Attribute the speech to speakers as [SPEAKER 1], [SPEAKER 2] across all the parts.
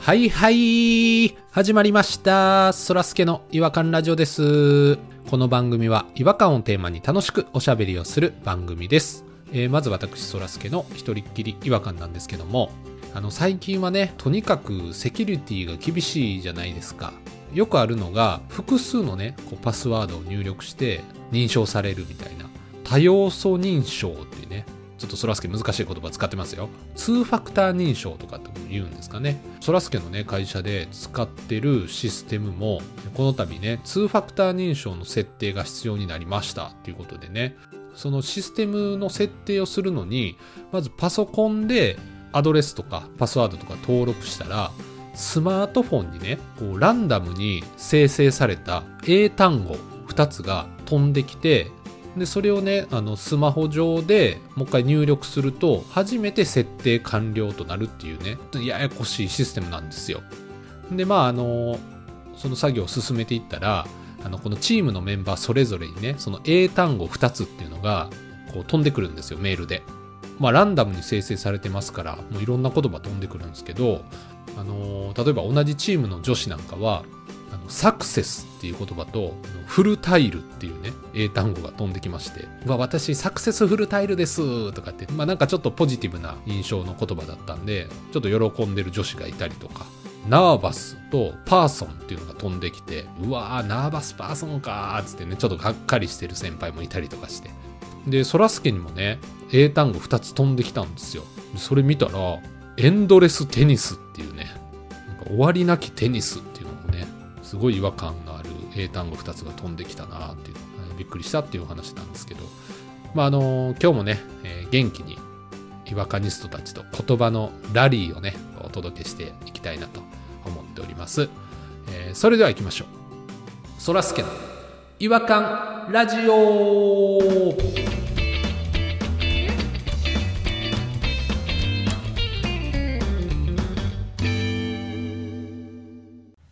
[SPEAKER 1] はいはい始まりましたそらすけの違和感ラジオですこの番組は違和感をテーマに楽しくおしゃべりをする番組です、えーまず私そらすけの一人っきり違和感なんですけどもあの最近はねとにかくセキュリティが厳しいじゃないですかよくあるのが複数のねこうパスワードを入力して認証されるみたいな多要素認証っていうねちょっとそらすけ難しい言葉使ってますよ。2ファクター認証とかって言うんですかね。そらすけのね、会社で使ってるシステムも、この度ね、2ファクター認証の設定が必要になりましたっていうことでね、そのシステムの設定をするのに、まずパソコンでアドレスとかパスワードとか登録したら、スマートフォンにね、こうランダムに生成された英単語2つが飛んできて、でそれをねあのスマホ上でもう一回入力すると初めて設定完了となるっていうねややこしいシステムなんですよでまああのその作業を進めていったらあのこのチームのメンバーそれぞれにねその英単語2つっていうのがこう飛んでくるんですよメールでまあランダムに生成されてますからもういろんな言葉飛んでくるんですけどあの例えば同じチームの女子なんかはあのサクセスっていう言葉とあのフルタイルっていうね英単語が飛んできまして「うわ私サクセスフルタイルです」とかって、まあ、なんかちょっとポジティブな印象の言葉だったんでちょっと喜んでる女子がいたりとか。ナーバスとパーソンっていうのが飛んできて、うわー、ナーバスパーソンかーっつってね、ちょっとがっかりしてる先輩もいたりとかして。で、そらすけにもね、英単語2つ飛んできたんですよ。でそれ見たら、エンドレステニスっていうね、なんか終わりなきテニスっていうのもね、すごい違和感のある英単語2つが飛んできたなっていう、あのびっくりしたっていうお話なんですけど、まああの今日もね、えー元気に違和感ニストたちと言葉のラリーをね、お届けしていきたいなと思っております。えーそれでは行きましょう。そらすけの違和感ラジオ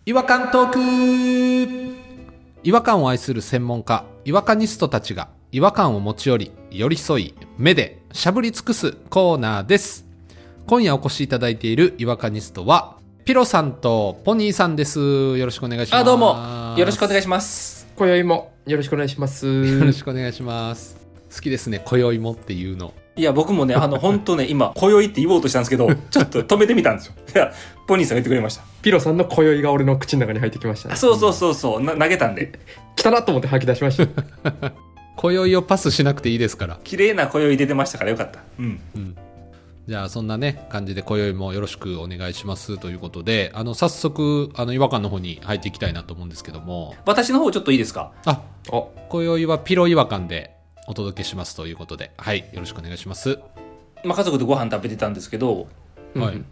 [SPEAKER 1] 違和感トーク違和感を愛する専門家違和感ニストたちが違和感を持ち寄り寄り添い目でしゃぶり尽くすコーナーです今夜お越しいただいている違和感ニストはピロさんとポニーさんですよろしくお願いします
[SPEAKER 2] あ、どうも。よろしくお願
[SPEAKER 1] い
[SPEAKER 2] いします。
[SPEAKER 3] 今宵もよろしくお願いします。
[SPEAKER 1] よろしくお願いします好きですね今宵もっていうの
[SPEAKER 2] いや、僕もね、あの、本当ね、今、今宵って言おうとしたんですけ ど、ちょっと止めてみたんですよ。いや、ポニーさんが言ってくれました。
[SPEAKER 3] ピロさんの今宵が俺の口の中に入ってきました
[SPEAKER 2] あ
[SPEAKER 3] ね。
[SPEAKER 2] そうそうそうそう、な投げたんで。
[SPEAKER 3] 来たなと思って吐き出しま した。
[SPEAKER 1] 今宵をパスしなくていいですから
[SPEAKER 2] 綺麗な今宵出てましたからよかった。うん。
[SPEAKER 1] じゃあそんなね感じで今宵もよろしくお願いしますということであの早速あの違和感の方に入っていきたいなと思うんですけども
[SPEAKER 2] 私の方ちょっといいですか
[SPEAKER 1] あ
[SPEAKER 3] お、
[SPEAKER 1] 今宵はピロ違和感でお届けしますということではいよろしくお願いします、
[SPEAKER 2] まあ、家族でご飯食べてたんですけど、
[SPEAKER 1] はい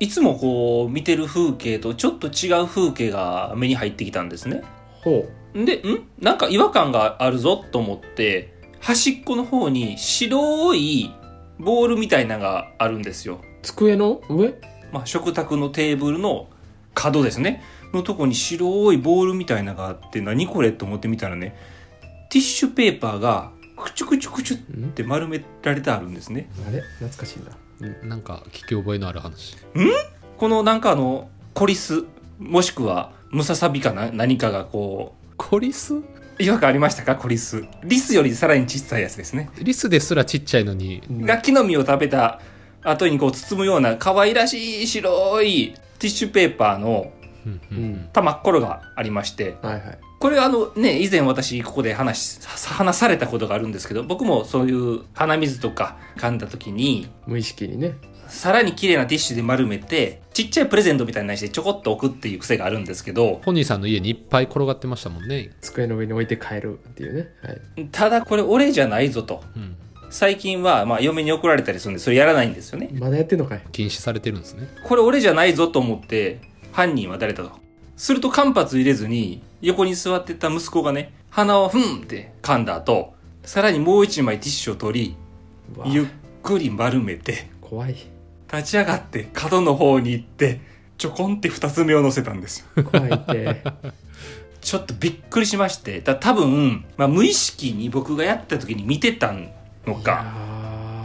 [SPEAKER 2] いつもこう、見てる風景とちょっと違う風景が目に入ってきたんですね。
[SPEAKER 3] ほ
[SPEAKER 2] で、んなんか違和感があるぞと思って、端っこの方に白いボールみたいなのがあるんですよ。
[SPEAKER 3] う。机の上
[SPEAKER 2] まあ、食卓のテーブルの角ですねのとこに白いボールみたいなのがあって何これと思ってみたらねティッシュペーパーがクチュクチュクチュって丸められてあるんですね
[SPEAKER 3] あれ懐かしいな。
[SPEAKER 1] なんか聞き覚えのある話
[SPEAKER 2] このなんかあのコリスもしくはムササビかな何かがこ
[SPEAKER 1] コリス
[SPEAKER 2] う違和感ありましたかコリスリスよりさらに小さいやつですね
[SPEAKER 1] リスですらちっちゃいのに
[SPEAKER 2] が木の実を食べた後にこう包むような可愛らしい白いティッシュペーパーの
[SPEAKER 1] うんう
[SPEAKER 3] うんん。
[SPEAKER 2] 玉っころがありまして
[SPEAKER 3] はいはい。
[SPEAKER 2] これあのね、以前私ここで話し、さ話されたことがあるんですけど、僕もそういう鼻水とか噛んだ時に、
[SPEAKER 3] 無意識にね。
[SPEAKER 2] さらに綺麗なティッシュで丸めて、ちっちゃいプレゼントみたいにしてちょこっと置くっていう癖があるんですけど、
[SPEAKER 1] ポニーさんの家にいっぱい転がってましたもんね、
[SPEAKER 3] 机の上に置いて帰るっていうね。はい。
[SPEAKER 2] ただこれ俺じゃないぞと。
[SPEAKER 1] うん、
[SPEAKER 2] 最近は、まあ、嫁に怒られたりするんで、それやらないんですよね。
[SPEAKER 3] まだやってんのかい
[SPEAKER 1] 禁止されてるんですね
[SPEAKER 2] これ俺じゃないぞと思って、犯人は誰だと。すると間髪入れずに、横に座ってた息子がね、鼻をふんって噛んだ後、さらにもう一枚ティッシュを取
[SPEAKER 3] うわ
[SPEAKER 2] り、ゆっくり丸めて、
[SPEAKER 3] 怖い。
[SPEAKER 2] 立ち上がって角の方に行ってちょこんって二つ目を乗せたんですよ
[SPEAKER 3] 怖い って。
[SPEAKER 2] ちょっとびっくりしましてだ多分、まあ、無意識に僕がやった時に見てたの
[SPEAKER 3] い
[SPEAKER 2] か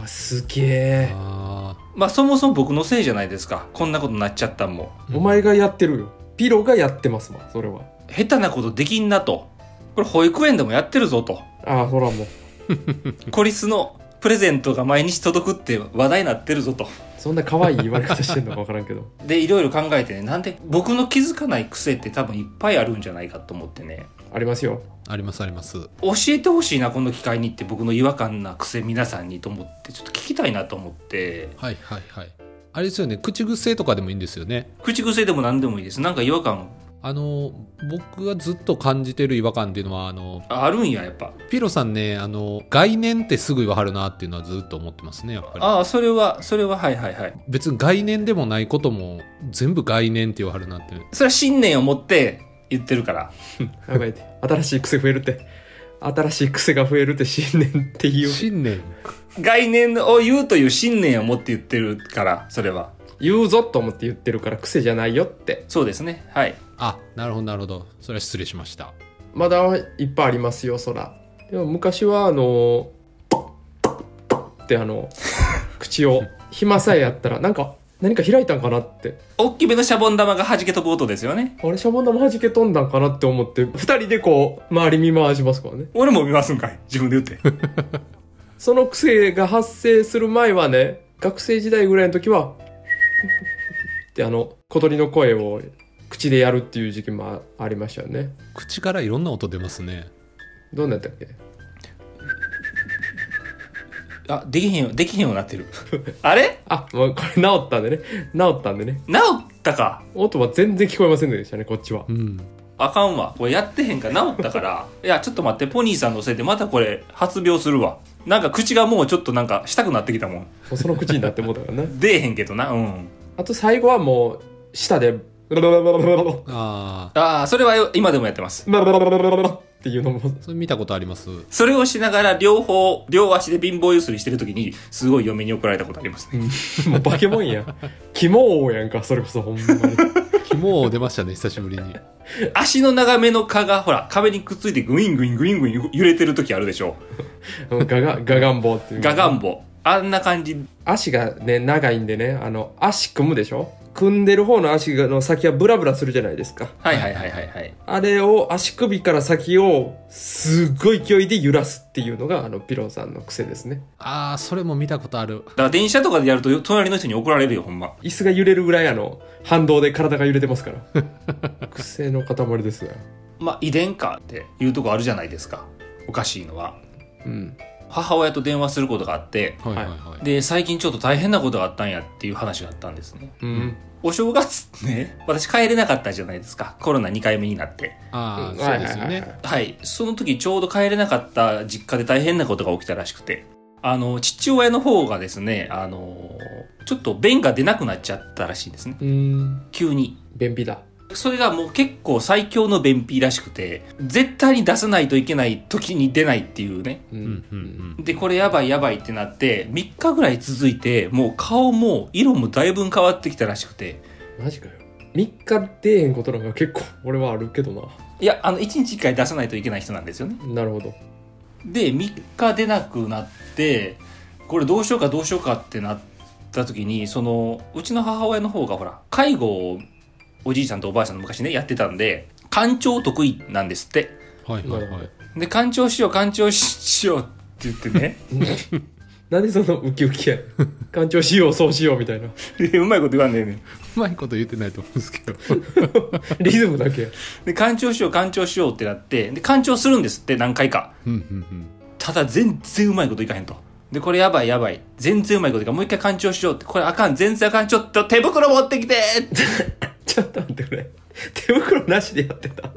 [SPEAKER 3] やー、すげえ。
[SPEAKER 1] あ
[SPEAKER 2] まあそもそも僕のせいじゃないですかこんなことになっちゃったんも
[SPEAKER 3] お前がやってるよピロがやってますわそれは
[SPEAKER 2] 下手なことできんなとこれ保育園でもやってるぞと
[SPEAKER 3] ああほらもう
[SPEAKER 2] 孤立のプレゼントが毎日届くって話題になってるぞと
[SPEAKER 3] そんな可愛い言われ方してんのか分からんけど
[SPEAKER 2] でいろいろ考えてねなんで僕の気づかない癖って多分いっぱいあるんじゃないかと思ってね
[SPEAKER 3] ありますよ
[SPEAKER 1] ありますあります。
[SPEAKER 2] 教えてほしいなこの機会にって僕の違和感な癖皆さんにと思ってちょっと聞きたいなと思って
[SPEAKER 1] はいはいはい。あれですよね、口癖とかでもいいんですよね。
[SPEAKER 2] 口癖でも何でもいいですなんか違和感
[SPEAKER 1] あの、僕がずっと感じてる違和感っていうのは、あの、
[SPEAKER 2] あるんややっぱ
[SPEAKER 1] ピロさんね、あの、概念ってすぐ言わはるなっていうのはずっと思ってますね、やっぱり。
[SPEAKER 2] ああそれはそれははいはいはい
[SPEAKER 1] 別に概念でもないことも、全部概念って言わはるなって。
[SPEAKER 2] それは信念を持って言ってるから
[SPEAKER 3] 考えて新しい癖増えるって新しい癖が増えるって信念って言う
[SPEAKER 1] 信念。
[SPEAKER 2] 概念を言うという信念を持って言ってるからそれは
[SPEAKER 3] 言うぞと思って言ってるから癖じゃないよって
[SPEAKER 2] そうですねはい
[SPEAKER 1] あ、なるほどなるほど。それは失礼しました。
[SPEAKER 3] まだいっぱいありますよそらでも昔はあのってあの口を暇さえやったらなんか何か開いたんかなって
[SPEAKER 2] 大きめのシャボン玉が弾け飛ぶ音ですよね
[SPEAKER 3] あれシャボン玉弾け飛んだんかなって思って2人でこう周り見回しますからね
[SPEAKER 2] 俺も見ますんかい自分で言って
[SPEAKER 3] その癖が発生する前はね学生時代ぐらいの時はってあの小鳥の声を口でやるっていう時期もあありましたよね
[SPEAKER 1] 口からいろんな音出ますね。
[SPEAKER 3] どんなんやったっけ
[SPEAKER 2] あできへんよできへんようになってる あれ
[SPEAKER 3] あもうこれ治ったんでね治ったんでね
[SPEAKER 2] 治ったか
[SPEAKER 3] 音は全然聞こえませんでしたねこっちは
[SPEAKER 1] うん。
[SPEAKER 2] あかんわこれやってへんから治ったからいやちょっと待ってポニーさんのせいでまたこれ発病するわなんか口がもうちょっとなんかしたくなってきたもん
[SPEAKER 3] もうその口になってもうたからね
[SPEAKER 2] 出えへんけどなうん
[SPEAKER 3] あと最後はもう舌でララララララララ
[SPEAKER 1] あ
[SPEAKER 2] ああそれは今でもやってます
[SPEAKER 3] ラララララララっていうのも
[SPEAKER 1] あ、それ見たことあります。
[SPEAKER 2] それをしながら両方両足で貧乏ゆすりしてる時にすごい嫁に怒られたことありますね
[SPEAKER 3] もう化け物やん肝王やんかそれこそほんまに
[SPEAKER 1] 肝出ましたね、久しぶりに。
[SPEAKER 2] 足の長めの蚊がほら壁にくっついてグイングイングイングイン揺れてる時あるでしょ
[SPEAKER 3] うんガガガガンボっていう
[SPEAKER 2] ガガンボあんな感じ
[SPEAKER 3] 足がね長いんでねあの足組むでしょ組んでる方の足の先はブラブラするじゃないですか
[SPEAKER 2] はいはいはいはいはい
[SPEAKER 3] あれを足首から先をすっごい勢いで揺らすっていうのがあのピロンさんの癖ですね
[SPEAKER 1] ああ、それも見たことある
[SPEAKER 2] だ。から電車とかでやると隣の人に怒られるよほんま
[SPEAKER 3] 椅子が揺れるぐらいあの反動で体が揺れてますから 癖の塊ですね
[SPEAKER 2] まあ遺伝かっていうとこあるじゃないですかおかしいのは
[SPEAKER 3] うん
[SPEAKER 2] 母親と電話することがあって
[SPEAKER 1] はいはいはい。
[SPEAKER 2] で最近ちょっと大変なことがあったんやっていう話があったんですね
[SPEAKER 3] うん、
[SPEAKER 2] お正月ね私帰れなかったじゃないですかコロナ2回目になって
[SPEAKER 1] ああ、そ
[SPEAKER 3] は
[SPEAKER 1] う
[SPEAKER 3] いはいはいはい
[SPEAKER 1] ですよね。
[SPEAKER 2] はいその時ちょうど帰れなかった実家で大変なことが起きたらしくてあの父親の方がですねあのちょっと便が出なくなっちゃったらしいんですね
[SPEAKER 3] うん
[SPEAKER 2] 急に
[SPEAKER 3] 便秘だ
[SPEAKER 2] それがもう結構最強の便秘らしくて絶対に出さないといけない時に出ないっていうね
[SPEAKER 3] うん、
[SPEAKER 1] うんうんうん。
[SPEAKER 2] でこれやばいやばいってなって3日ぐらい続いてもう顔も色もだいぶん変わってきたらしくて
[SPEAKER 3] マジかよ3日出えへんことなんか結構俺はあるけどない
[SPEAKER 2] やあの1日1回出さないといけない人なんですよね
[SPEAKER 3] なるほど
[SPEAKER 2] で3日出なくなってこれどうしようかどうしようかってなった時にそのうちの母親の方がほら介護をおじいちゃんとおばあちゃんの昔ねやってたんで干潮得意なんですって
[SPEAKER 1] はいはいはい。
[SPEAKER 2] で干潮しよう干潮ししようって言ってね
[SPEAKER 3] なんでそのウキウキや 干潮しようそうしようみたいな
[SPEAKER 2] うまいこと言わんねえねん
[SPEAKER 1] うまいこと言ってないと思うんですけど。
[SPEAKER 3] リズムだけ
[SPEAKER 2] で干潮しよう干潮しようってなってで干潮するんですって何回か
[SPEAKER 1] うんうん
[SPEAKER 2] ただ全然うまいこといかへんと。で、これやばいやばい。全然うまいこといかん。もう一回干潮しようって。これあかん。全然あかん。ちょっと手袋持ってきてって
[SPEAKER 3] ちょっと待ってくれ手袋なしでやってた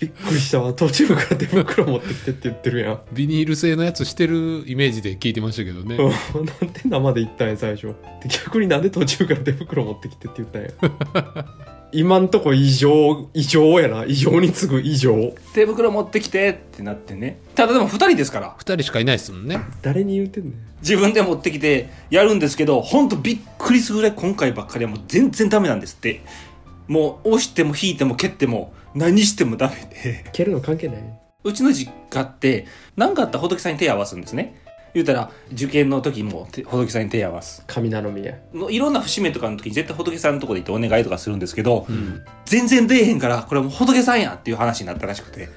[SPEAKER 3] びっくりしたわ途中から手袋持ってきてって言ってるやん
[SPEAKER 1] うん。ビニール製のやつしてるイメージで聞いてましたけどね。
[SPEAKER 3] うんなんで生で言ったんや最初で逆になんで途中から手袋持ってきてって言ったんや今んとこ異常異常やな異常に次ぐ異常
[SPEAKER 2] 手袋持ってきてってなってね。ただでも二人ですから。
[SPEAKER 1] 二人しかいないですもんね。
[SPEAKER 3] 誰に言うてんねん
[SPEAKER 2] 自分で持ってきてやるんですけど、ほんとびっくりするぐらい今回ばっかりはもう全然ダメなんですって。もう押しても引いても蹴っても何してもダメで。
[SPEAKER 3] 蹴るの関係ないう
[SPEAKER 2] ちの実家って何かあったら仏さんに手合わすんですね。言うたら受験の時もて仏さんに手合わす
[SPEAKER 3] 神頼みや。
[SPEAKER 2] のいろんな節目とかの時に絶対仏さんのとこで行ってお願いとかするんですけど、全然出えへんからこれはもう仏さんやっていう話になったらしくて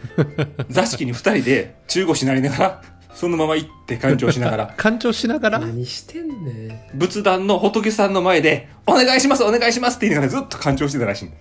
[SPEAKER 2] 座敷に2人で中腰になりながらそのまま行って勘定しながら
[SPEAKER 1] 干潮しながら、
[SPEAKER 3] 何してんね
[SPEAKER 2] 仏壇の仏さんの前で「お願いしますお願いします」って言いながらずっと勘定してたらしい
[SPEAKER 3] ん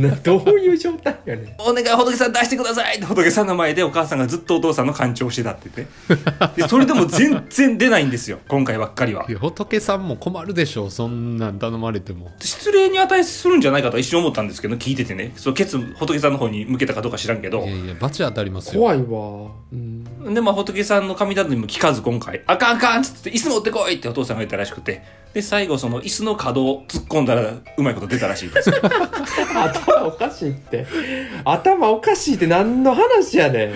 [SPEAKER 3] などういう状態やねん。
[SPEAKER 2] お願い仏さん出してくださいって仏さんの前でお母さんがずっとお父さんの勘定をしてたって言ってでそれでも全然出ないんですよ今回ばっかりはい
[SPEAKER 1] や仏さんも困るでしょうそんなん頼まれても
[SPEAKER 2] 失礼に値するんじゃないかとは一瞬思ったんですけど聞いててねそうケツ仏さんの方に向けたかどうか知らんけど
[SPEAKER 1] いやいや罰当たりますよ
[SPEAKER 3] 怖いわ。うん。
[SPEAKER 2] でまあ仏さんの神頼みも聞かず今回「あかんあかん」っつって「椅子持ってこい!」ってお父さんが言ったらしくてで最後その椅子の角を突っ込んだらうまいこと出たらしいです よ
[SPEAKER 3] 頭おかしいって。頭おかしいって何の話やねん。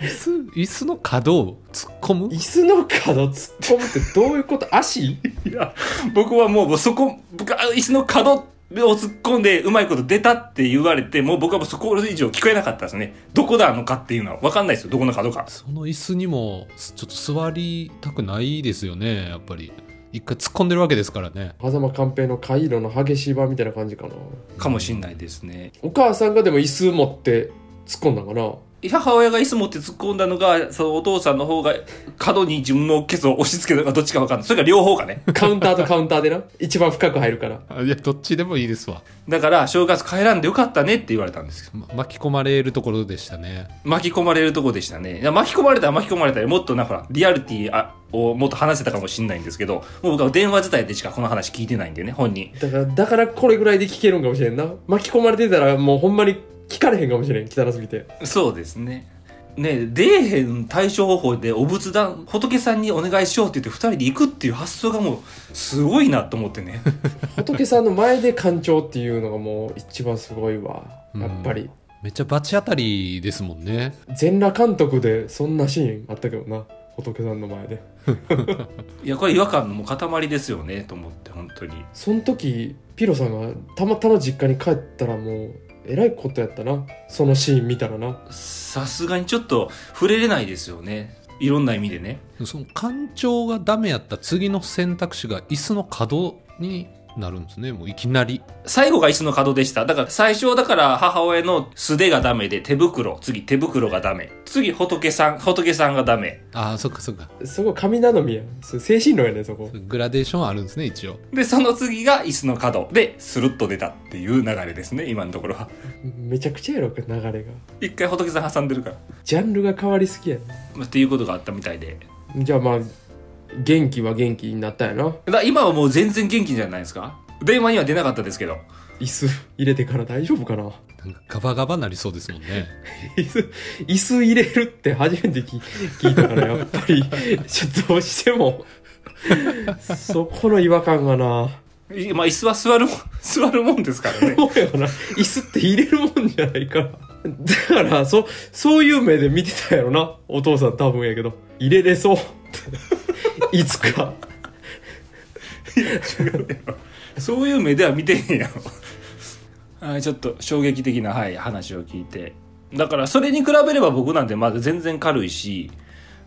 [SPEAKER 1] 椅子椅子の角を突っ込む
[SPEAKER 3] 椅子の角突っ込むってどういうこと足
[SPEAKER 2] いや僕はもうそこ僕は椅子の角を突っ込んでうまいこと出たって言われてもう僕はもうそこ以上聞こえなかったですねどこなのかっていうのは分かんないですよどこの角か
[SPEAKER 1] その椅子にもちょっと座りたくないですよねやっぱり一回突っ込んでるわけですからね
[SPEAKER 3] 狭間寛平の回路の激しい版みたいな感じかな。
[SPEAKER 2] かもしんないですね
[SPEAKER 3] お母さんがでも椅子持って突っ込んだんかな。
[SPEAKER 2] 母親が椅子持って突っ込んだのがそのお父さんの方が角に自分のケツを押し付けたのかどっちか分かんないそれが両方かね
[SPEAKER 3] カウンターとカウンターでな。一番深く入るから。
[SPEAKER 1] あいやどっちでもいいですわ、
[SPEAKER 2] だから正月帰らんでよかったねって言われたんですよ
[SPEAKER 1] ま巻き込まれるところでしたね
[SPEAKER 2] 巻き込まれるとこでしたねいや巻き込まれたら巻き込まれたらもっとなんかほらリアリティあをもっと話せたかもしれないんですけどもう僕は電話伝えでしかこの話聞いてないんでね本人
[SPEAKER 3] だから、だからこれぐらいで聞けるんかもしれんな。巻き込まれてたらもうほんまに聞かれへんかもしれん。汚すぎて。
[SPEAKER 2] そうですねね出えへん対処方法でお仏壇仏さんにお願いしようって言って2人で行くっていう発想がもうすごいなと思ってね
[SPEAKER 3] 仏さんの前で干潮っていうのがもう一番すごいわ。やっぱり。
[SPEAKER 1] めっちゃ罰当たりですもんね
[SPEAKER 3] 全裸監督でそんなシーンあったけどな。仏さんの前で。
[SPEAKER 2] いやこれ違和感のもう塊ですよねと思って本当に
[SPEAKER 3] その時、ピロさんがたまたま実家に帰ったらもう、えらいことやったな。そのシーン見たらな。
[SPEAKER 2] さすがにちょっと触れれないですよねいろんな意味でね
[SPEAKER 1] その干潮がダメやった次の選択肢が椅子の角になるんですねもういきなり
[SPEAKER 2] 最後が椅子の角でした。だから最初だから母親の素手がダメで手袋、次手袋がダメ。次仏さん、仏さんがダメ。
[SPEAKER 1] ああそっかそっか
[SPEAKER 3] そこ神頼みやん。それ精神論やねんそこ。
[SPEAKER 1] グラデーションあるんですね一応
[SPEAKER 2] で、その次が椅子の角でスルッと出たっていう流れですね、今のところは。
[SPEAKER 3] めちゃくちゃやろ、流れが。
[SPEAKER 2] 一回仏さん挟んでるから。
[SPEAKER 3] ジャンルが変わりすぎや
[SPEAKER 2] まあっていうことがあったみたいで。
[SPEAKER 3] な。じゃあまあ、元気は元気になったんやな。
[SPEAKER 2] だ今はもう全然元気じゃないですか電話には出なかったですけど。
[SPEAKER 3] 椅子入れてから大丈夫かな
[SPEAKER 1] なんかガバガバなりそうですもん ね
[SPEAKER 3] 椅子、椅子入れるって初めて聞聞いたから、やっぱり、ちょっとどうしても、そこの違和感がな。
[SPEAKER 2] いまあ椅子は座るもん、 座るもんですからね。
[SPEAKER 3] そうよな。椅子って入れるもんじゃないから。だから、そ、そういう目で見てたやろな。お父さん多分やけど。入れれそうって。いつか。
[SPEAKER 2] そういう目では見てへんや ろ。はい、ちょっと衝撃的な、はい、話を聞いて。だから、それに比べれば僕なんてまだ全然軽いし、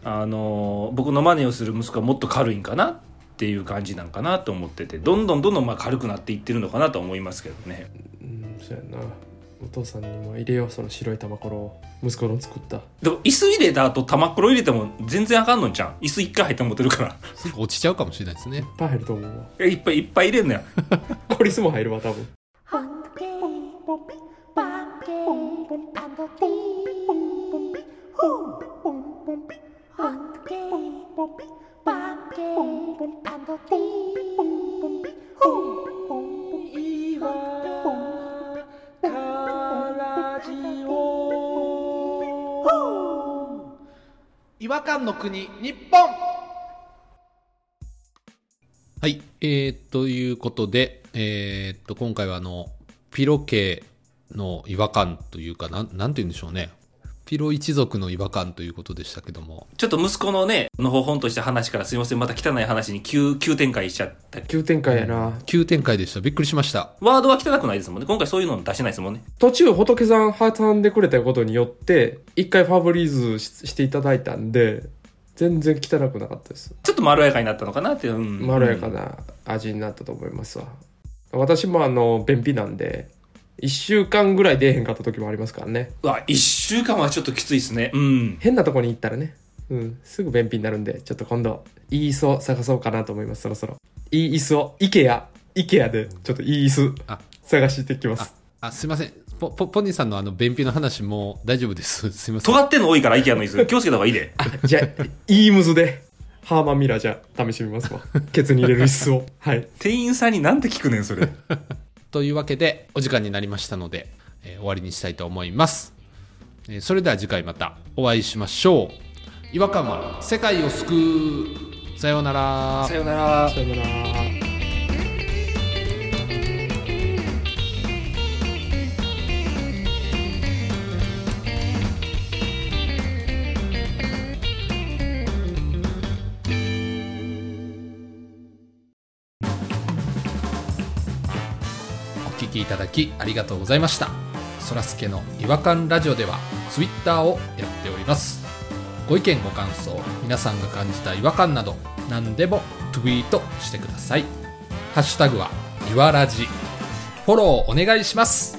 [SPEAKER 2] あのー、僕の真似をする息子はもっと軽いんかなっていう感じなんかなと思ってて、どんどんどんどんまあ軽くなっていってるのかなと思いますけどね。
[SPEAKER 3] うん、そうやな。お父さんにも入れよう、その白い玉ころを。息子の作った。
[SPEAKER 2] でも、椅子入れた後、玉黒入れても全然あかんのんちゃん。椅子一回入って持ってるか
[SPEAKER 1] すぐ落ちちゃうかもしれないですね
[SPEAKER 3] いっぱい入ると思うわ。
[SPEAKER 2] ら。い っぱいいっぱい入れんのよ。
[SPEAKER 3] コリスも入るわ、多分。
[SPEAKER 4] Hunky,
[SPEAKER 1] 違和感の国日本はいえー、ということでえー、っと今回はあのピロ系の違和感というかなんなんて言うんでしょうねピロ一族の違和感ということでしたけども。
[SPEAKER 2] ちょっと息子のね、のほほんとした話からすいません、また汚い話に急、急展開しちゃったけど
[SPEAKER 3] 急展開やな。
[SPEAKER 1] 急展開でした。びっくりしました。
[SPEAKER 2] ワードは汚くないですもんね。今回そういうの出してないですもんね。
[SPEAKER 3] 途中仏さん挟んでくれたことによって、一回ファブリーズししていただいたんで、全然汚くなかったです。
[SPEAKER 2] ちょっとまろやかになったのかなっていう。うん
[SPEAKER 3] まろやか。な味になったと思いますわ。私もあの、便秘なんで、一週間ぐらい出えへんかった時もありますからね。
[SPEAKER 2] うわ、一週間はちょっときついですね。うん。
[SPEAKER 3] 変なとこに行ったらね、うん、すぐ便秘になるんで、ちょっと今度、いい椅子を探そうかなと思います、そろそろ。いい椅子を、IKEA、IKEA で、ちょっといい椅子
[SPEAKER 1] あ、
[SPEAKER 3] 探してきます。
[SPEAKER 1] あ、すいません。ポ、ポ、ポニーさんのあの、便秘の話も大丈夫です。 すいません。
[SPEAKER 2] 尖ってんの多いから、イケアの椅子。気をつけた方がいいで。
[SPEAKER 3] じゃあ、イームズで、ハーマンミラーじゃあ試してみますわ。ケツに入れる椅子を。はい。
[SPEAKER 2] 店員さんになんて聞くねん、それ。
[SPEAKER 1] というわけで、お時間になりましたので、えー終わりにしたいと思います。えーそれでは次回またお会いしましょう。違和感は世界を救う。さようなら。
[SPEAKER 2] よなら。
[SPEAKER 3] さよなら。
[SPEAKER 1] お聞きいただきありがとうございましたそらすけの違和感ラジオではツイッターをやっておりますご意見ご感想皆さんが感じた違和感など何でもツイートしてくださいハッシュタグはいわらじフォローお願いします